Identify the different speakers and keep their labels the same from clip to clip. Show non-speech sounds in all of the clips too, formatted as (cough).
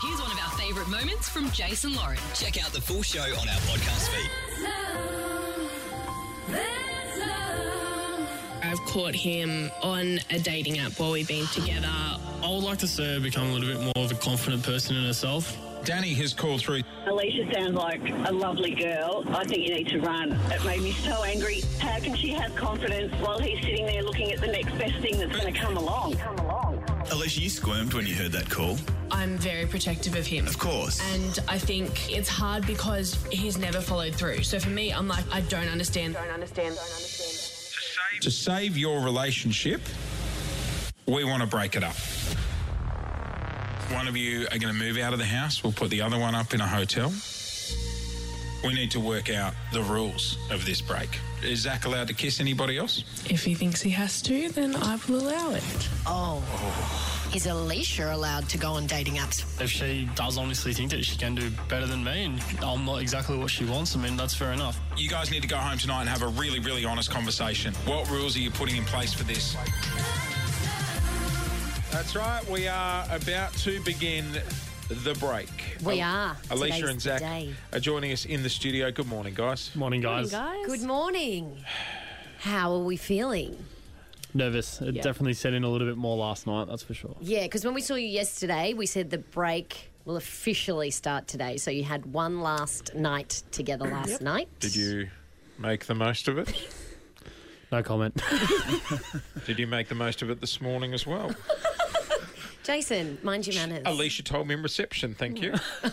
Speaker 1: Here's one of our favourite moments from Jason Lauren.
Speaker 2: Check out the full show on our podcast feed.
Speaker 3: I've caught him on a dating app while we've been together.
Speaker 4: I would like to see her become a little bit more of a confident person in herself.
Speaker 5: Danny has called through.
Speaker 6: Alicia sounds like a lovely girl. I think you need to run. It made me so angry. How can she have confidence while he's sitting there looking at the next best thing that's going to come along? Come along.
Speaker 7: Alicia, you squirmed when you heard that call.
Speaker 3: I'm very protective of him.
Speaker 7: Of course.
Speaker 3: And I think it's hard because he's never followed through. So for me, I'm like, I don't understand. Don't understand. Don't understand.
Speaker 5: To save your relationship, we want to break it up. One of you are going to move out of the house. We'll put the other one up in a hotel. We need to work out the rules of this break. Is Zach allowed to kiss anybody else?
Speaker 3: If he thinks he has to, then I will allow it.
Speaker 8: Oh. Is Alicia allowed to go on dating apps?
Speaker 4: If she does honestly think that she can do better than me and I'm not exactly what she wants, I mean, that's fair enough.
Speaker 5: You guys need to go home tonight and have a really, really honest conversation. What rules are you putting in place for this? That's right. We are about to begin the break. Oh,
Speaker 8: We are.
Speaker 5: Alicia
Speaker 8: Today's
Speaker 5: and
Speaker 8: the
Speaker 5: Zach
Speaker 8: day.
Speaker 5: are joining us in the studio. Good morning, guys.
Speaker 4: Morning, guys.
Speaker 8: Good morning. How are we feeling?
Speaker 4: Nervous. It definitely set in a little bit more last night, that's for sure.
Speaker 8: Yeah, because when we saw you yesterday, we said the break will officially start today. So you had one last night together last night.
Speaker 5: Did you make the most of it? (laughs)
Speaker 4: No comment.
Speaker 5: Did you make the most of it this morning as (laughs) well?
Speaker 8: Jason, mind your manners.
Speaker 5: Alicia told me in reception. Thank you. (laughs)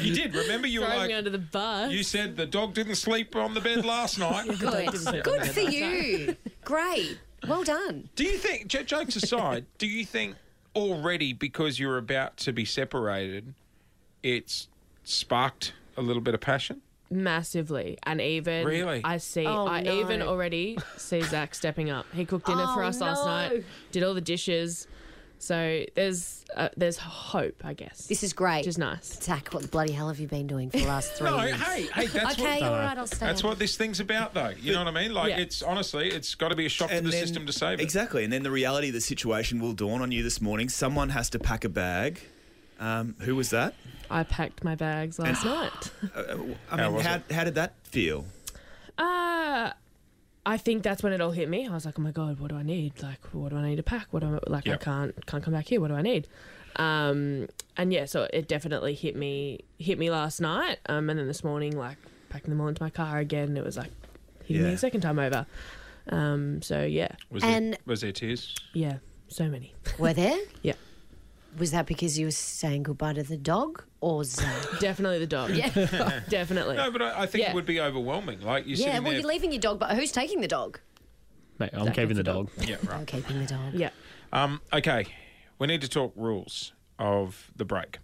Speaker 5: you did. Remember, you were
Speaker 3: Throwing me
Speaker 5: like,
Speaker 3: under the bus.
Speaker 5: you said the dog didn't sleep on the bed last night.
Speaker 8: Good. Good for you. Great. Well done.
Speaker 5: Do you think, j- jokes aside, do you think already because you're about to be separated, it's sparked a little bit of passion?
Speaker 9: massively and even
Speaker 5: Really?
Speaker 9: i see
Speaker 8: Oh,
Speaker 9: i
Speaker 8: no.
Speaker 9: even already see zach stepping up he cooked dinner for
Speaker 8: Oh,
Speaker 9: us last
Speaker 8: no.
Speaker 9: night did all the dishes so there's uh, there's hope i guess
Speaker 8: This is great.
Speaker 9: which is nice
Speaker 8: Zach, what the bloody hell have you been doing for the
Speaker 5: (laughs)
Speaker 8: last three
Speaker 5: No,
Speaker 8: years?
Speaker 5: hey, hey, that's
Speaker 8: okay,
Speaker 5: what.
Speaker 8: all right, I'll stay.
Speaker 5: That's what this thing's about, though. You know what I mean? Like,
Speaker 9: Yeah.
Speaker 5: it's honestly, it's got to be a shock to the
Speaker 7: then-
Speaker 5: system to save it.
Speaker 7: Exactly. And then the reality of the situation will dawn on you this morning. Someone has to pack a bag. Um, who was that?
Speaker 9: i packed my bags last night
Speaker 7: I
Speaker 5: How
Speaker 7: mean,
Speaker 5: was
Speaker 7: how,
Speaker 5: it?
Speaker 7: how did that feel?
Speaker 9: uh i think that's when it all hit me i was like oh my god what do i need like what do i need to pack what do i like
Speaker 5: Yep.
Speaker 9: i can't can't come back here what do i need um and yeah so it definitely hit me hit me last night um and then this morning like packing them all into my car again it was like hitting me
Speaker 7: Yeah.
Speaker 9: a second time over um so yeah
Speaker 5: Was,
Speaker 8: And-
Speaker 5: there, was there tears?
Speaker 9: yeah so many
Speaker 8: Were there?
Speaker 9: Yeah.
Speaker 8: Was that because you were saying goodbye to the dog or Zach?
Speaker 9: definitely the dog
Speaker 5: (laughs)
Speaker 9: yeah definitely
Speaker 5: No, but I, I think
Speaker 9: Yeah.
Speaker 5: it would be overwhelming. Like, you're
Speaker 8: yeah,
Speaker 5: sitting
Speaker 8: well,
Speaker 5: there.
Speaker 8: you're leaving your dog, but who's taking the dog?
Speaker 4: Mate, I'm
Speaker 9: Zach
Speaker 4: keeping
Speaker 9: keeps
Speaker 4: the
Speaker 9: the
Speaker 4: dog.
Speaker 5: yeah, right.
Speaker 8: I'm keeping the dog.
Speaker 9: yeah
Speaker 5: Um, okay, we need to talk rules of the break.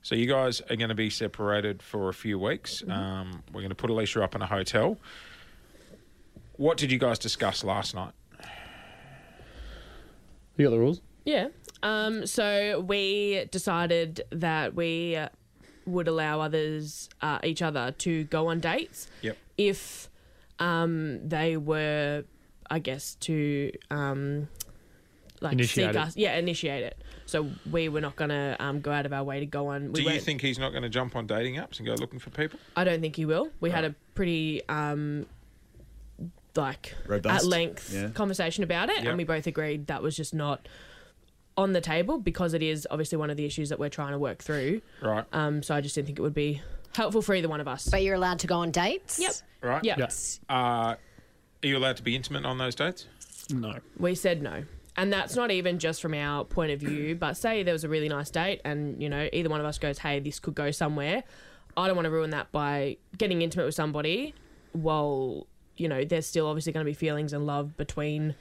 Speaker 5: So you guys are going to be separated for a few weeks. Um, we're going to put Alicia up in a hotel. What did you guys discuss last night?
Speaker 4: You got the rules?
Speaker 9: Yeah. Um, so we decided that we uh, would allow others, uh, each other, to go on dates
Speaker 5: Yep.
Speaker 9: if um, they were, I guess, to um, like
Speaker 4: Initiate
Speaker 9: seek
Speaker 4: it.
Speaker 9: us. Yeah, initiate it. So we were not going to um, go out of our way to go on. We
Speaker 5: Do you
Speaker 9: weren't-
Speaker 5: think he's not going to jump on dating apps and go looking for people?
Speaker 9: I don't think he will. We had a pretty um like
Speaker 7: Robust.
Speaker 9: at length
Speaker 7: Yeah.
Speaker 9: conversation about it
Speaker 5: Yeah.
Speaker 9: and we both agreed that was just not on the table because it is obviously one of the issues that we're trying to work through.
Speaker 5: Right.
Speaker 9: Um so I just didn't think it would be helpful for either one of us.
Speaker 8: But you're allowed to go on dates?
Speaker 9: yep.
Speaker 5: right.
Speaker 9: Yep.
Speaker 4: Yeah.
Speaker 5: Uh, are you allowed to be intimate on those dates?
Speaker 4: No.
Speaker 9: We said no. And that's not even just from our point of view, but say there was a really nice date and, you know, either one of us goes, hey, this could go somewhere. I don't want to ruin that by getting intimate with somebody while, you know, there's still obviously going to be feelings and love between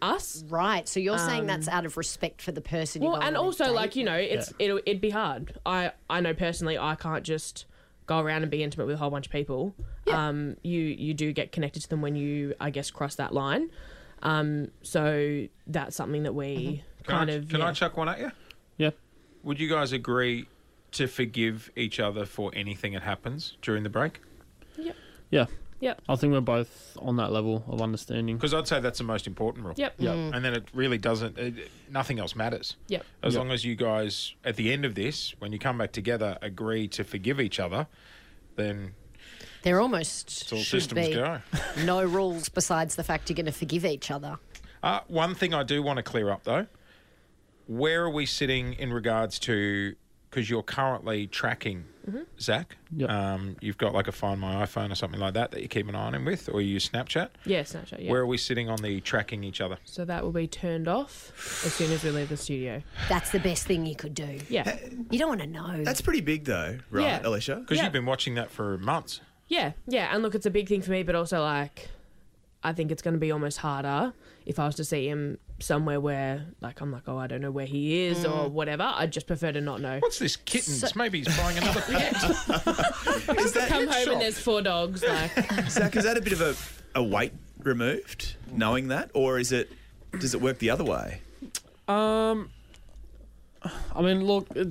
Speaker 9: us.
Speaker 8: Right. So you're saying that's out of respect for the person you're
Speaker 9: Um, Well,
Speaker 8: going
Speaker 9: and
Speaker 8: on a
Speaker 9: also,
Speaker 8: date
Speaker 9: like, you know, it's it'll, it'd be hard. I, I know personally I can't just go around and be intimate with a whole bunch of people. Um, you, you do get connected to them when you, I guess, cross that line. Um, so that's something that we
Speaker 5: Can
Speaker 9: kind
Speaker 5: I,
Speaker 9: of.
Speaker 5: Can
Speaker 9: yeah.
Speaker 5: I chuck one at you?
Speaker 4: Yeah.
Speaker 5: Would you guys agree to forgive each other for anything that happens during the break?
Speaker 4: Yeah.
Speaker 9: Yep.
Speaker 4: I think we're both on that level of understanding.
Speaker 5: Because I'd say that's the most important rule.
Speaker 9: Yep. Mm.
Speaker 4: Yep.
Speaker 8: Mm.
Speaker 5: And then it really doesn't, it, nothing else matters.
Speaker 9: Yep.
Speaker 5: As
Speaker 4: Yep.
Speaker 5: long as you guys, at the end of this, when you come back together, agree to forgive each other, then
Speaker 8: They're almost
Speaker 5: all
Speaker 8: should
Speaker 5: systems
Speaker 8: be
Speaker 5: go.
Speaker 8: no rules besides the fact you're going to forgive each other.
Speaker 5: Uh, one thing I do want to clear up though, where are we sitting in regards to? Because you're currently tracking Zach.
Speaker 4: Yep.
Speaker 5: Um, you've got like a Find My iPhone or something like that that you keep an eye on him with, or you use Snapchat.
Speaker 9: Yeah, Snapchat. Yeah.
Speaker 5: Where are we sitting on the tracking each other?
Speaker 9: so that will be turned off as soon as we leave the studio.
Speaker 8: That's the best thing you could do.
Speaker 5: (sighs)
Speaker 9: Yeah.
Speaker 8: You don't want to know.
Speaker 7: That's pretty big, though, right,
Speaker 9: Yeah.
Speaker 7: Alicia?
Speaker 5: Because
Speaker 9: Yeah.
Speaker 5: you've been watching that for months.
Speaker 9: Yeah, yeah, and look, it's a big thing for me, but also like, I think it's going to be almost harder if I was to see him somewhere where, like, I'm like, oh, I don't know where he is
Speaker 4: Mm.
Speaker 9: or whatever. I'd just prefer to not know.
Speaker 5: What's this kittens? Maybe he's
Speaker 9: (laughs)
Speaker 5: buying another pet.
Speaker 7: Is
Speaker 9: Come
Speaker 7: that,
Speaker 9: home and there's four dogs.
Speaker 4: (laughs)
Speaker 9: Like,
Speaker 7: Zach, is that a bit of a, a weight removed, knowing that? Or is it, does it work the other way?
Speaker 4: I mean, look, it,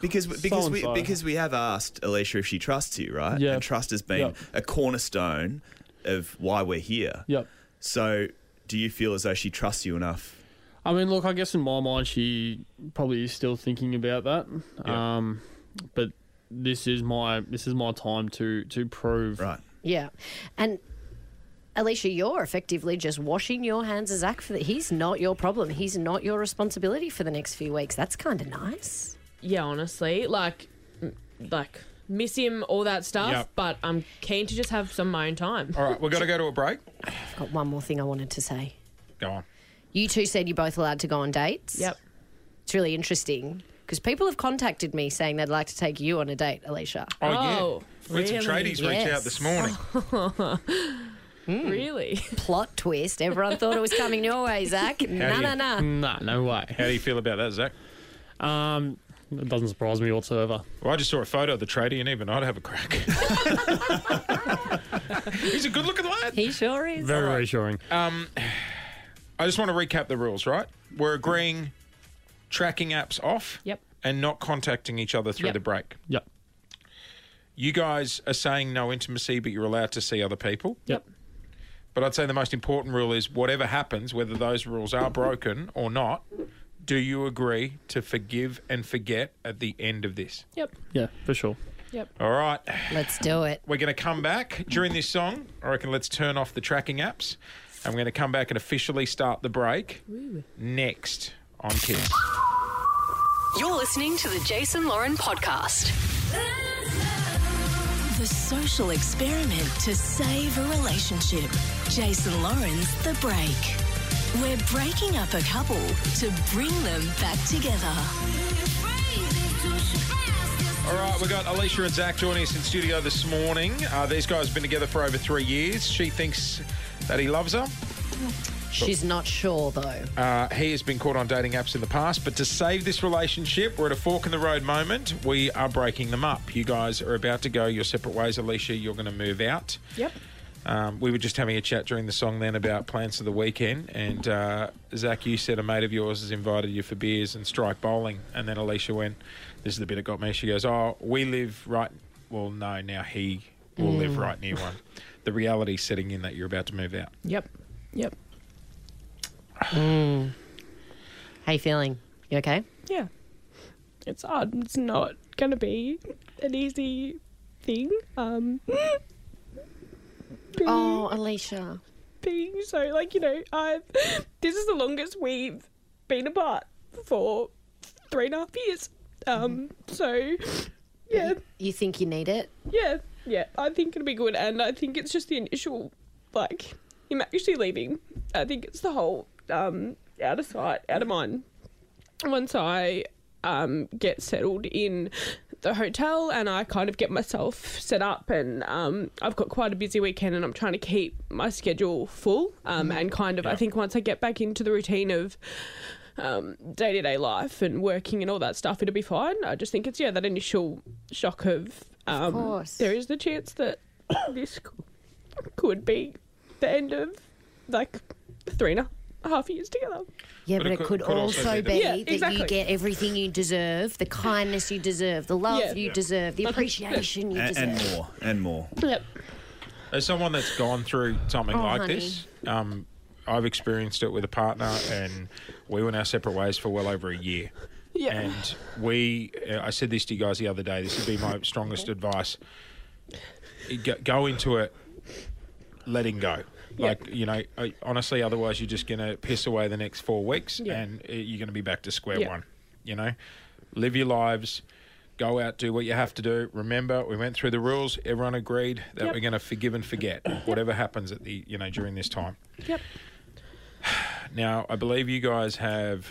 Speaker 7: Because because we
Speaker 4: So-and-so.
Speaker 7: because we have asked Alicia if she trusts you, right?
Speaker 4: Yeah.
Speaker 7: And trust has been
Speaker 4: Yep.
Speaker 7: a cornerstone of why we're here.
Speaker 4: yep.
Speaker 7: So, do you feel as though she trusts you enough?
Speaker 4: I mean, look, I guess in my mind, she probably is still thinking about that.
Speaker 5: Yeah.
Speaker 4: Um, but this is my this is my time to to prove.
Speaker 7: Right.
Speaker 8: yeah. And Alicia, you're effectively just washing your hands of Zach for that. He's not your problem. He's not your responsibility for the next few weeks. That's kind of nice.
Speaker 9: yeah, honestly, like, m- like miss him, all that stuff.
Speaker 5: Yep.
Speaker 9: But I'm keen to just have some of my own time.
Speaker 5: All right, we've got to go to a break.
Speaker 8: I've got one more thing I wanted to say.
Speaker 5: Go on.
Speaker 8: You two said you're both allowed to go on dates.
Speaker 9: Yep.
Speaker 8: It's really interesting because people have contacted me saying they'd like to take you on a date, Alicia.
Speaker 5: Oh,
Speaker 9: Oh,
Speaker 5: yeah. We had some
Speaker 9: really?
Speaker 5: tradies reach
Speaker 8: Yes.
Speaker 5: out
Speaker 9: (laughs)
Speaker 5: this morning.
Speaker 4: Hmm. (laughs)
Speaker 9: Really?
Speaker 8: Plot twist. Everyone thought it was coming your way, Zach. No,
Speaker 5: you-
Speaker 8: no, no.
Speaker 4: Nah, no way.
Speaker 5: How do you feel about that, Zach?
Speaker 4: Um, it doesn't surprise me whatsoever.
Speaker 5: Well, I just saw a photo of the tradie, and even I'd have a crack.
Speaker 9: (laughs)
Speaker 5: he's a good-looking lad.
Speaker 8: He sure is.
Speaker 4: Very reassuring.
Speaker 5: I just want to recap the rules, right? We're agreeing tracking apps off
Speaker 9: Yep.
Speaker 5: and not contacting each other through
Speaker 9: Yep.
Speaker 5: the break.
Speaker 4: yep.
Speaker 5: You guys are saying no intimacy, but you're allowed to see other people.
Speaker 4: Yep.
Speaker 5: But I'd say the most important rule is whatever happens, whether those rules are broken or not, do you agree to forgive and forget at the end of this?
Speaker 9: Yep.
Speaker 4: Yeah, for sure.
Speaker 5: All right.
Speaker 8: Let's do it.
Speaker 5: We're going to come back during this song. I reckon let's turn off the tracking apps and we're going to come back and officially start the break next on Kids.
Speaker 1: You're listening to the Jason Lauren podcast.
Speaker 10: The social experiment to save a relationship. Jason Lawrence, The Break. We're breaking up a couple to bring them back together.
Speaker 5: All right, we've got Alicia and Zach joining us in studio this morning. Uh, these guys have been together for over three years. She thinks that he loves her.
Speaker 8: She's not sure, though.
Speaker 5: Uh, he has been caught on dating apps in the past, but to save this relationship, we're at a fork in the road moment. We are breaking them up. You guys are about to go your separate ways. Alicia, you're going to move out.
Speaker 9: Yep.
Speaker 5: Um, we were just having a chat during the song then about plans for the weekend, and uh, Zach, you said a mate of yours has invited you for beers and strike bowling, and then Alicia went, "This is the bit that got me." She goes, "Oh, we live right. Well, no, now he will live right near one." The reality setting in that you're about to move out.
Speaker 9: Yep. Yep.
Speaker 8: How you feeling? You okay?
Speaker 9: Yeah. It's hard. It's not going to be an easy thing. Um,
Speaker 8: Oh, Alicia.
Speaker 9: being so like you know i've this is the longest we've been apart for three and a half years um so yeah
Speaker 8: You think you need it?
Speaker 9: yeah yeah i think it'll be good and i think it's just the initial like him actually leaving i think it's the whole um out of sight out of mind once i um get settled in the hotel and i kind of get myself set up and um i've got quite a busy weekend and i'm trying to keep my schedule full um and kind of i think once i get back into the routine of um, day-to-day life and working and all that stuff it'll be fine i just think it's yeah that initial shock of um
Speaker 8: course.
Speaker 9: there is the chance that (coughs) this c- could be the end of like three and a half years together
Speaker 8: Yeah,
Speaker 5: But
Speaker 8: but,
Speaker 5: it
Speaker 8: it,
Speaker 5: could-
Speaker 8: could,
Speaker 5: could also
Speaker 8: also,
Speaker 5: be that-
Speaker 8: be
Speaker 9: Yeah,
Speaker 8: that
Speaker 9: exactly.
Speaker 8: you get everything you deserve, the kindness you deserve, the love
Speaker 9: Yeah.
Speaker 8: you deserve, the appreciation you
Speaker 7: And,
Speaker 8: deserve.
Speaker 7: and more. And more.
Speaker 9: Yep.
Speaker 5: As someone that's gone through something
Speaker 8: Oh,
Speaker 5: like
Speaker 8: honey.
Speaker 5: this, um, I've experienced it with a partner, and we went our separate ways for well over a year.
Speaker 9: Yeah.
Speaker 5: And we, uh, I said this to you guys the other day. This would be my strongest advice: go, go into it, letting go. Like you know, I, honestly, otherwise you're just gonna piss away the next four weeks, and uh, you're gonna be back to square
Speaker 9: Yeah.
Speaker 5: one. You know, live your lives. Go out, do what you have to do. Remember, we went through the rules. Everyone agreed that we're going to forgive and
Speaker 9: (clears throat)
Speaker 5: forget whatever happens at the you know during this time.
Speaker 9: Yep.
Speaker 5: (sighs) Now, I believe you guys have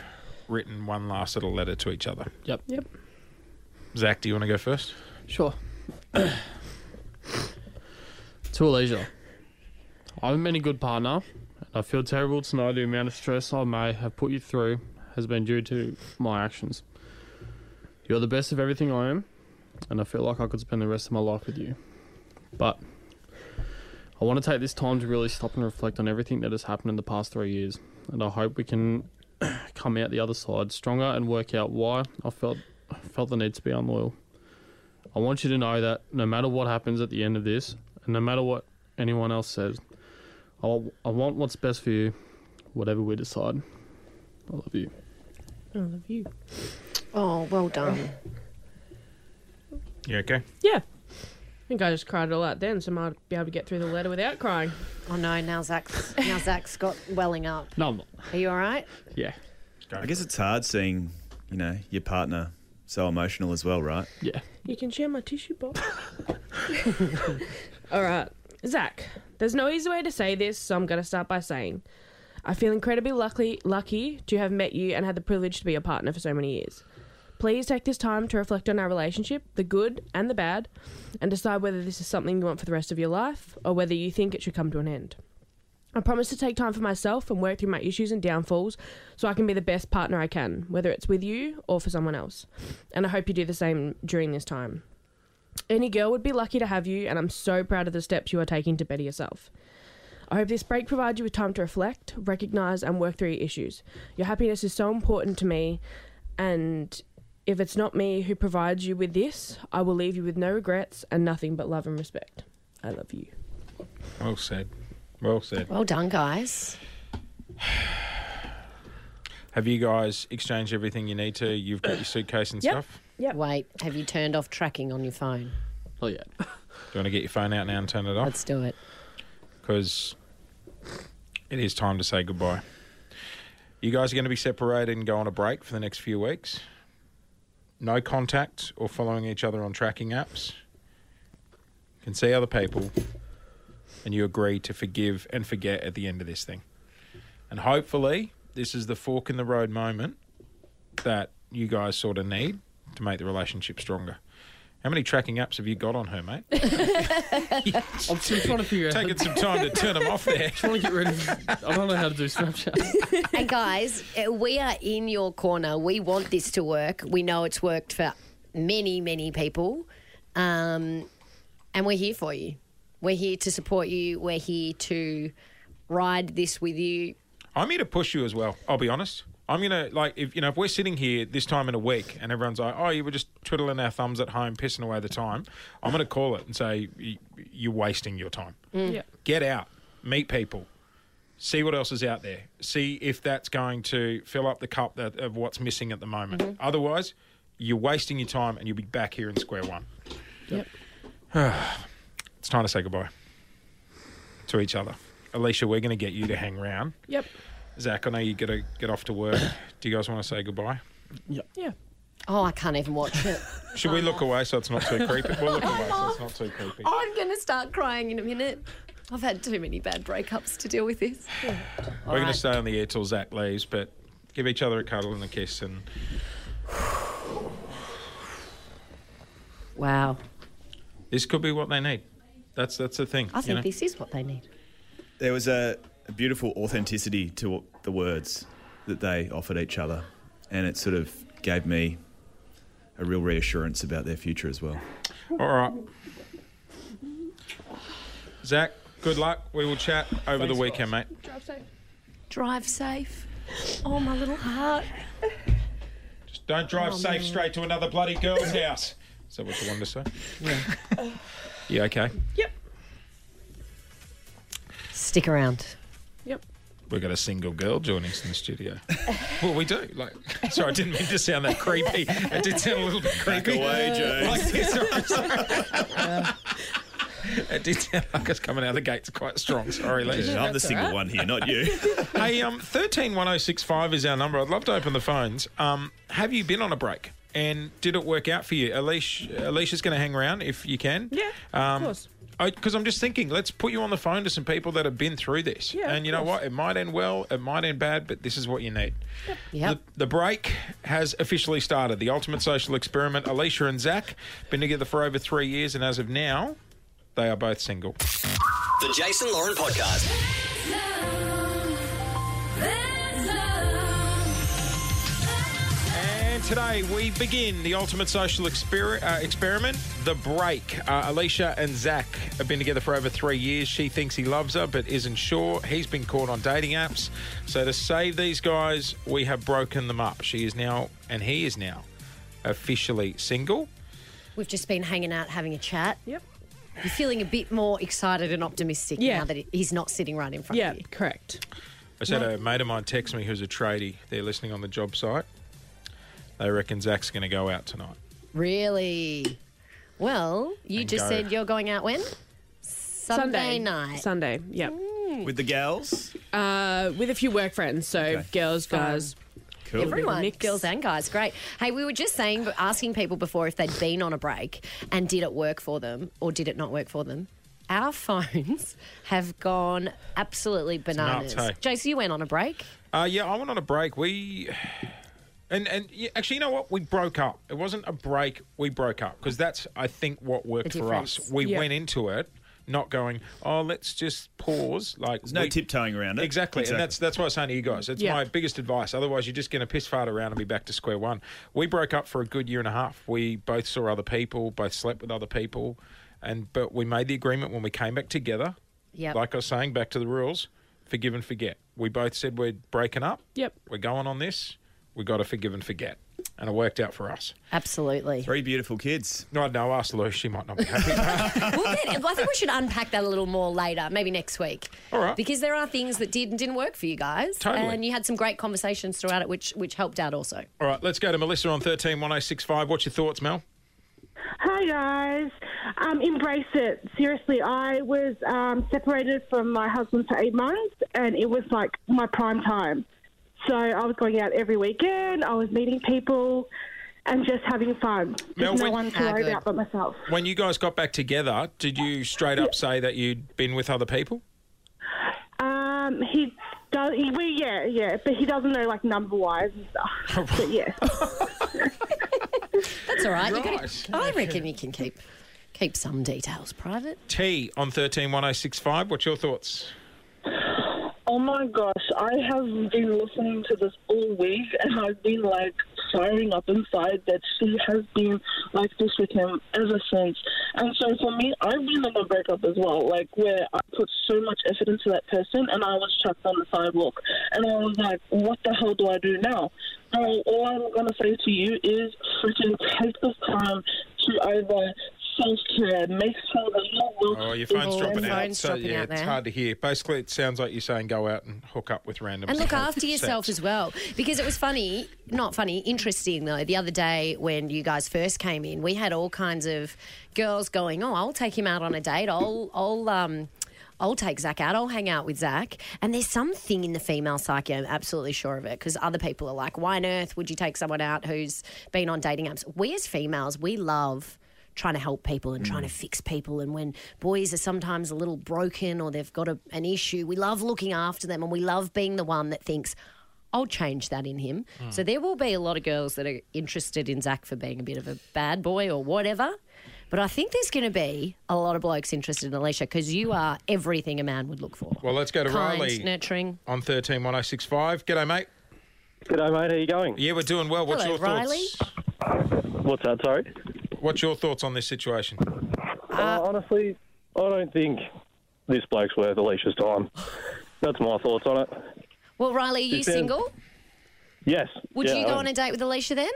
Speaker 5: written one last little letter to each other.
Speaker 4: Yep.
Speaker 9: Yep.
Speaker 5: Zach, do you want to go first?
Speaker 4: Sure. to Alicia. I've been a good partner, and I feel terrible to know the amount of stress I may have put you through has been due to my actions. You're the best of everything I am, and I feel like I could spend the rest of my life with you. But I want to take this time to really stop and reflect on everything that has happened in the past three years, and I hope we can (clears throat) come out the other side stronger and work out why I felt felt the need to be unloyal. I want you to know that no matter what happens at the end of this, and no matter what anyone else says, I, wa- I want what's best for you, whatever we decide. I love you.
Speaker 9: I love you.
Speaker 8: Oh, well done.
Speaker 5: Yeah, okay.
Speaker 9: Yeah. I think I just cried it all out then, so I might be able to get through the letter without crying.
Speaker 8: Oh no, now Zach's now Zach's got welling up.
Speaker 4: No, I'm not.
Speaker 8: Are you all right?
Speaker 4: Yeah.
Speaker 7: I guess it's hard seeing, you know, your partner so emotional as well, right?
Speaker 4: Yeah.
Speaker 9: You can share my tissue box. (laughs) All right, Zach. There's no easy way to say this, so I'm gonna start by saying, I feel incredibly lucky, lucky to have met you and had the privilege to be your partner for so many years. Please take this time to reflect on our relationship, the good and the bad, and decide whether this is something you want for the rest of your life or whether you think it should come to an end. I promise to take time for myself and work through my issues and downfalls so I can be the best partner I can, whether it's with you or for someone else. And I hope you do the same during this time. Any girl would be lucky to have you, and I'm so proud of the steps you are taking to better yourself. I hope this break provides you with time to reflect, recognize, and work through your issues. Your happiness is so important to me, and if it's not me who provides you with this, I will leave you with no regrets and nothing but love and respect. I love you.
Speaker 5: Well said. Well said.
Speaker 8: Well done, guys.
Speaker 5: Have you guys exchanged everything you need to? You've got your suitcase and
Speaker 9: Yep.
Speaker 5: stuff.
Speaker 8: Wait, have you turned off tracking on your phone?
Speaker 4: Not yet.
Speaker 5: Do you want to get your phone out now and turn it off?
Speaker 8: Let's do it.
Speaker 5: Because it is time to say goodbye. You guys are going to be separated and go on a break for the next few weeks. No contact or following each other on tracking apps. Can see other people, and you agree to forgive and forget at the end of this thing. And hopefully, this is the fork in the road moment that you guys sort of need to make the relationship stronger. How many tracking apps have you got on her, mate?
Speaker 4: (laughs) I'm still trying to figure out.
Speaker 5: Taking some time to turn them off there.
Speaker 4: I want to get rid of. I don't know how to do Snapchat.
Speaker 8: And guys, eh, we are in your corner. We want this to work. We know it's worked for many, many people. Um, and we're here for you. We're here to support you. We're here to ride this with you.
Speaker 5: I'm here to push you as well. I'll be honest. I'm gonna like if you know if we're sitting here this time in a week and everyone's like, oh, you were just twiddling our thumbs at home, pissing away the time. I'm gonna call it and say "Y- you're wasting your time.
Speaker 8: Mm.
Speaker 9: Yeah.
Speaker 5: Get out, meet people, see what else is out there, see if that's going to fill up the cup that, of what's missing at the moment. Otherwise, you're wasting your time and you'll be back here in square one.
Speaker 9: Yep.
Speaker 5: (sighs) it's time to say goodbye to each other. Alicia, we're gonna get you to hang round.
Speaker 9: Yep.
Speaker 5: Zach, I know you got to get off to work. Do you guys want to say goodbye?
Speaker 9: Yeah.
Speaker 8: Oh, I can't even watch (laughs) it.
Speaker 5: Should we look away so it's not too creepy? We'll look away so it's not too creepy.
Speaker 8: Oh, I'm going to start crying in a minute. I've had too many bad breakups to deal with this.
Speaker 5: We're going
Speaker 8: right.
Speaker 5: to stay on the air till Zach leaves, but give each other a cuddle and a kiss. And
Speaker 8: Wow.
Speaker 5: this could be what they need. That's that's the thing.
Speaker 8: I
Speaker 5: you
Speaker 8: think
Speaker 5: know?
Speaker 8: this is what they need.
Speaker 7: There was a, a beautiful authenticity to the words that they offered each other, and it sort of gave me a real reassurance about their future as well.
Speaker 5: All right. Zach, good luck. We will chat over the weekend, mate.
Speaker 8: Drive safe. Oh, my little heart. Oh,
Speaker 5: Just don't drive safe straight to another bloody girl's (laughs) house. Is that what you wanted to say? Yeah. you okay?
Speaker 9: Yep.
Speaker 8: Stick around.
Speaker 5: We got a single girl joining us in
Speaker 8: (laughs)
Speaker 5: the studio. well, we do. Like, sorry, I didn't mean to sound that creepy. It did sound a little bit
Speaker 7: Back
Speaker 5: creepy.
Speaker 7: away, Joe.
Speaker 5: Like, (laughs) yeah, sorry, sorry. It did sound like it's coming out of the gates quite strong. Sorry, Lee.
Speaker 7: I'm the single one here, not
Speaker 5: (laughs)
Speaker 7: you.
Speaker 5: Hey, um, thirteen one zero six five is our number. I'd love to open the phones. Um, have you been on a break? And did it work out for you? Alish, Alicia's going to hang around if you can.
Speaker 9: Yeah, of course.
Speaker 5: Because I'm just thinking, let's put you on the phone to some people that have been through this.
Speaker 9: Yeah, of
Speaker 5: and you know
Speaker 9: course.
Speaker 5: what? It might end well, it might end bad, but this is what you need.
Speaker 8: Yep.
Speaker 5: The, the break has officially started. The ultimate social experiment. Alicia and Zach been together for over three years, and as of now, they are both single.
Speaker 2: The Jason Lauren Podcast.
Speaker 5: And today we begin the ultimate social exper- uh, experiment, The Break. Uh, Alicia and Zach have been together for over three years. She thinks he loves her but isn't sure. He's been caught on dating apps. So to save these guys, we have broken them up. She is now, and he is now, officially single.
Speaker 8: We've just been hanging out, having a chat.
Speaker 9: Yep.
Speaker 8: You're feeling a bit more excited and optimistic
Speaker 9: Yeah.
Speaker 8: now that it- he's not sitting right in front
Speaker 9: Yeah,
Speaker 8: of you.
Speaker 9: correct.
Speaker 5: I said a mate of mine text me who's a tradie. They're listening on the job site. They reckon Zach's going to go out tonight.
Speaker 8: Really? Well, you
Speaker 5: And
Speaker 8: just
Speaker 5: go.
Speaker 8: said you're going out when? Sunday,
Speaker 9: Sunday
Speaker 8: night.
Speaker 9: Sunday, yeah.
Speaker 7: With the gals?
Speaker 9: Uh, with a few work friends, so girls, guys.
Speaker 7: Cool.
Speaker 8: Everyone,
Speaker 9: mix.
Speaker 8: girls and guys, great. Hey, we were just saying, asking people before if they'd been on a break and did it work for them or did it not work for them. Our (laughs) phones have gone absolutely bananas.
Speaker 5: hey?
Speaker 8: Jason, you went on a break.
Speaker 5: Uh, yeah, I went on a break. We and and yeah, actually, you know what? We broke up. It wasn't a break. We broke up because that's I think what worked
Speaker 8: The
Speaker 5: for us.
Speaker 8: difference.
Speaker 5: We
Speaker 9: Yeah.
Speaker 5: went into it not going. Oh, let's just pause. Like
Speaker 7: There's no
Speaker 5: we-
Speaker 7: tiptoeing around it.
Speaker 5: Exactly. And that's that's what I was saying to you guys. It's
Speaker 9: Yeah.
Speaker 5: my biggest advice. Otherwise you're just gonna piss fart around and be back to square one. We broke up for a good year and a half. We both saw other people, both slept with other people, and but we made the agreement when we came back together.
Speaker 8: Yep.
Speaker 5: Like I was saying, back to the rules, forgive and forget. We both said we're breaking up.
Speaker 9: Yep.
Speaker 5: We're going on this. We gotta forgive and forget. And it worked out for us.
Speaker 8: Absolutely.
Speaker 7: Three beautiful kids.
Speaker 5: No, no, ask Lou, she might not be
Speaker 8: (laughs)
Speaker 5: happy.
Speaker 8: We'll get- I think we should unpack that a little more later, maybe next week.
Speaker 5: All right.
Speaker 8: Because there are things that did and didn't work for you guys.
Speaker 5: Totally.
Speaker 8: And you had some great conversations throughout it, which which helped out also.
Speaker 5: All right, let's go to Melissa on thirteen one oh six five. What's your thoughts, Mel?
Speaker 11: Hi guys, um, embrace it. Seriously, I was um, separated from my husband for eight months, and it was like my prime time. So I was going out every weekend. I was meeting people and just having fun. There's
Speaker 5: Mel,
Speaker 11: no
Speaker 5: when-
Speaker 11: one to
Speaker 8: Ah,
Speaker 11: worry
Speaker 8: good.
Speaker 11: about but myself.
Speaker 5: When you guys got back together, did you straight up say that you'd been with other people?
Speaker 11: Um, he does. He, we yeah yeah, but he doesn't know like number wise and stuff. but yeah.
Speaker 8: That's all right. You gotta-
Speaker 5: Right.
Speaker 8: I reckon you can keep keep some details private.
Speaker 5: T on thirteen one oh six five. What's your thoughts?
Speaker 12: Oh my gosh, I have been listening to this all week and I've been like firing up inside that she has been like this with him ever since. And so for me, I've been in a breakup as well, like where I put so much effort into that person and I was chucked on the sidewalk. And I was like, what the hell do I do now? So all I'm going to say to you is freaking take this time to either self care, make sure that you're well
Speaker 5: Oh, your phone's
Speaker 8: Oh,
Speaker 5: dropping
Speaker 8: my
Speaker 5: out.
Speaker 8: phone's
Speaker 5: so
Speaker 8: dropping
Speaker 5: yeah,
Speaker 8: out
Speaker 5: it's
Speaker 8: there.
Speaker 5: hard to hear. Basically, it sounds like you're saying go out and hook up with random.
Speaker 8: And look after yourself as well. Because it was funny, not funny, interesting though. The other day when you guys first came in, we had all kinds of girls going, Oh, I'll take him out on a date. I'll, I'll, um, I'll take Zach out. I'll hang out with Zach. And there's something in the female psyche, I'm absolutely sure of it, because other people are like, why on earth would you take someone out who's been on dating apps? We as females, we love trying to help people and trying to fix people. And when boys are sometimes a little broken or they've got a, an issue, we love looking after them and we love being the one that thinks, I'll change that in him.
Speaker 5: Hmm.
Speaker 8: So there will be a lot of girls that are interested in Zach for being a bit of a bad boy or whatever. But I think there's going to be a lot of blokes interested in Alicia because you are everything a man would look for.
Speaker 5: Well, let's go to
Speaker 8: Kind,
Speaker 5: Riley
Speaker 8: nurturing.
Speaker 5: on thirteen one oh six five. G'day, mate.
Speaker 12: G'day, mate. How you going?
Speaker 5: Yeah, we're doing well. What's
Speaker 8: Hello,
Speaker 5: your thoughts?
Speaker 12: What's that? Sorry.
Speaker 5: What's your thoughts on this situation?
Speaker 12: Uh, honestly, I don't think this bloke's worth Alicia's time. That's my thoughts on it.
Speaker 8: Well, Riley, are you
Speaker 12: Depends.
Speaker 8: single?
Speaker 12: Yes.
Speaker 8: Would
Speaker 12: yeah, um,
Speaker 8: you go
Speaker 4: um,
Speaker 12: I-
Speaker 8: on a date with Alicia then?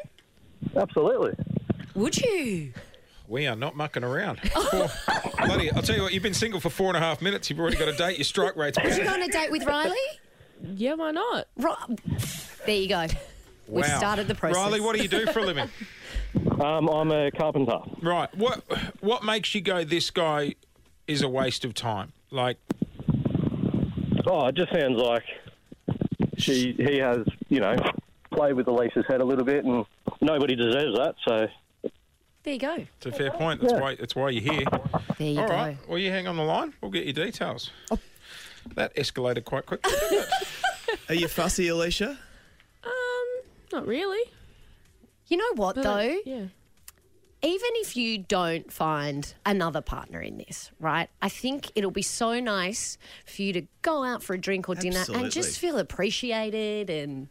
Speaker 12: Absolutely.
Speaker 8: Would you?
Speaker 5: We are not
Speaker 8: (laughs)
Speaker 5: mucking around.
Speaker 8: Oh.
Speaker 5: Four- bloody, I'll tell you what, you've been single for four and a half minutes. You've already got a date. Your
Speaker 8: (laughs)
Speaker 5: strike rate's
Speaker 8: Would you go on a date with Riley?
Speaker 9: Yeah, why not?
Speaker 8: There you go. We've
Speaker 5: Wow.
Speaker 8: started the process.
Speaker 5: Riley, what do you do
Speaker 8: (laughs)
Speaker 5: for a living?
Speaker 13: Um, I'm a carpenter.
Speaker 5: Right. What What makes you go? This guy is a waste of time. Like,
Speaker 13: Oh, it just sounds like she he has, you know, played with Elisa's head a little bit, and nobody deserves that. So
Speaker 8: There you go.
Speaker 5: it's a fair point. That's why. That's why you're here.
Speaker 8: There you
Speaker 5: All
Speaker 8: go.
Speaker 5: right. Well, you hang on the line. We'll get your details.
Speaker 8: Oh.
Speaker 5: That escalated quite quickly.
Speaker 7: Are you fussy, Alicia?
Speaker 9: Not really.
Speaker 8: You know what,
Speaker 9: But,
Speaker 8: though?
Speaker 9: Yeah.
Speaker 8: Even if you don't find another partner in this, right? I think it'll be so nice for you to go out for a drink or dinner and
Speaker 5: Absolutely.
Speaker 8: just feel appreciated and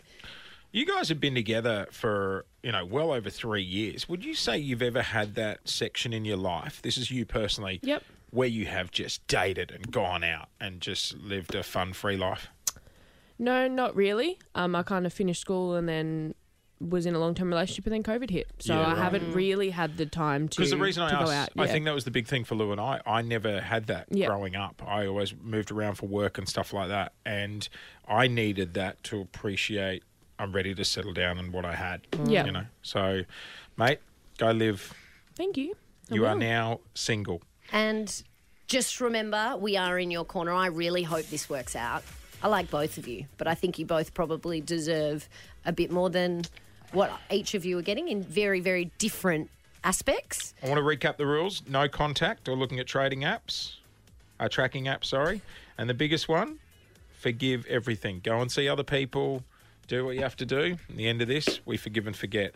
Speaker 5: You guys have been together for you know well over three years. Would you say you've ever had that section in your life? This is you personally.
Speaker 9: Yep.
Speaker 5: Where you have just dated and gone out and just lived a fun, free life.
Speaker 9: No, not really. Um, I kind of finished school and then was in a long term relationship, and then COVID hit. So
Speaker 5: Yeah,
Speaker 9: I
Speaker 5: right.
Speaker 9: haven't really had the time to.
Speaker 5: Because the reason I
Speaker 9: to
Speaker 5: asked,
Speaker 9: go out.
Speaker 5: I
Speaker 9: yeah.
Speaker 5: think that was the big thing for Lou and I. I never had that
Speaker 9: Yeah.
Speaker 5: growing up. I always moved around for work and stuff like that, and I needed that to appreciate. I'm ready to settle down and what I had.
Speaker 9: Yeah.
Speaker 5: you know. So, mate, go live.
Speaker 9: Thank you. I
Speaker 5: You are
Speaker 9: will.
Speaker 5: now single.
Speaker 8: and just remember we are in your corner. I really hope this works out. I like both of you, but I think you both probably deserve a bit more than what each of you are getting in very, very different aspects.
Speaker 5: I want to recap the rules: no contact or looking at trading apps, uh, tracking apps. Sorry, and the biggest one: forgive everything. Go and see other people. Do what you have to do. At the end of this, we forgive and forget.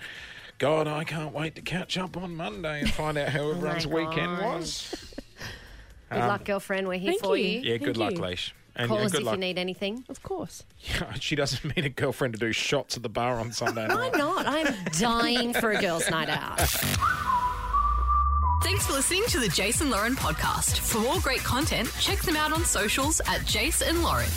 Speaker 5: God, I can't wait to catch up on Monday and find
Speaker 8: (laughs)
Speaker 5: out how everyone's weekend
Speaker 8: Oh God.
Speaker 5: was.
Speaker 8: (laughs) Good
Speaker 5: Um,
Speaker 8: luck, girlfriend. We're here
Speaker 9: thank
Speaker 8: for
Speaker 9: you.
Speaker 8: you.
Speaker 5: Yeah, good luck, Leish. And,
Speaker 8: Call
Speaker 5: and
Speaker 8: us
Speaker 5: good
Speaker 8: if
Speaker 5: luck.
Speaker 8: you need anything.
Speaker 9: Of course.
Speaker 5: (laughs) she doesn't mean a girlfriend to do shots at the bar
Speaker 8: (laughs)
Speaker 5: on Sunday
Speaker 8: Why
Speaker 5: night.
Speaker 8: not? I'm dying for a girls' night out.
Speaker 1: Thanks for listening to the Jason Lauren podcast. For more great content, check them out on socials at Jason Lauren.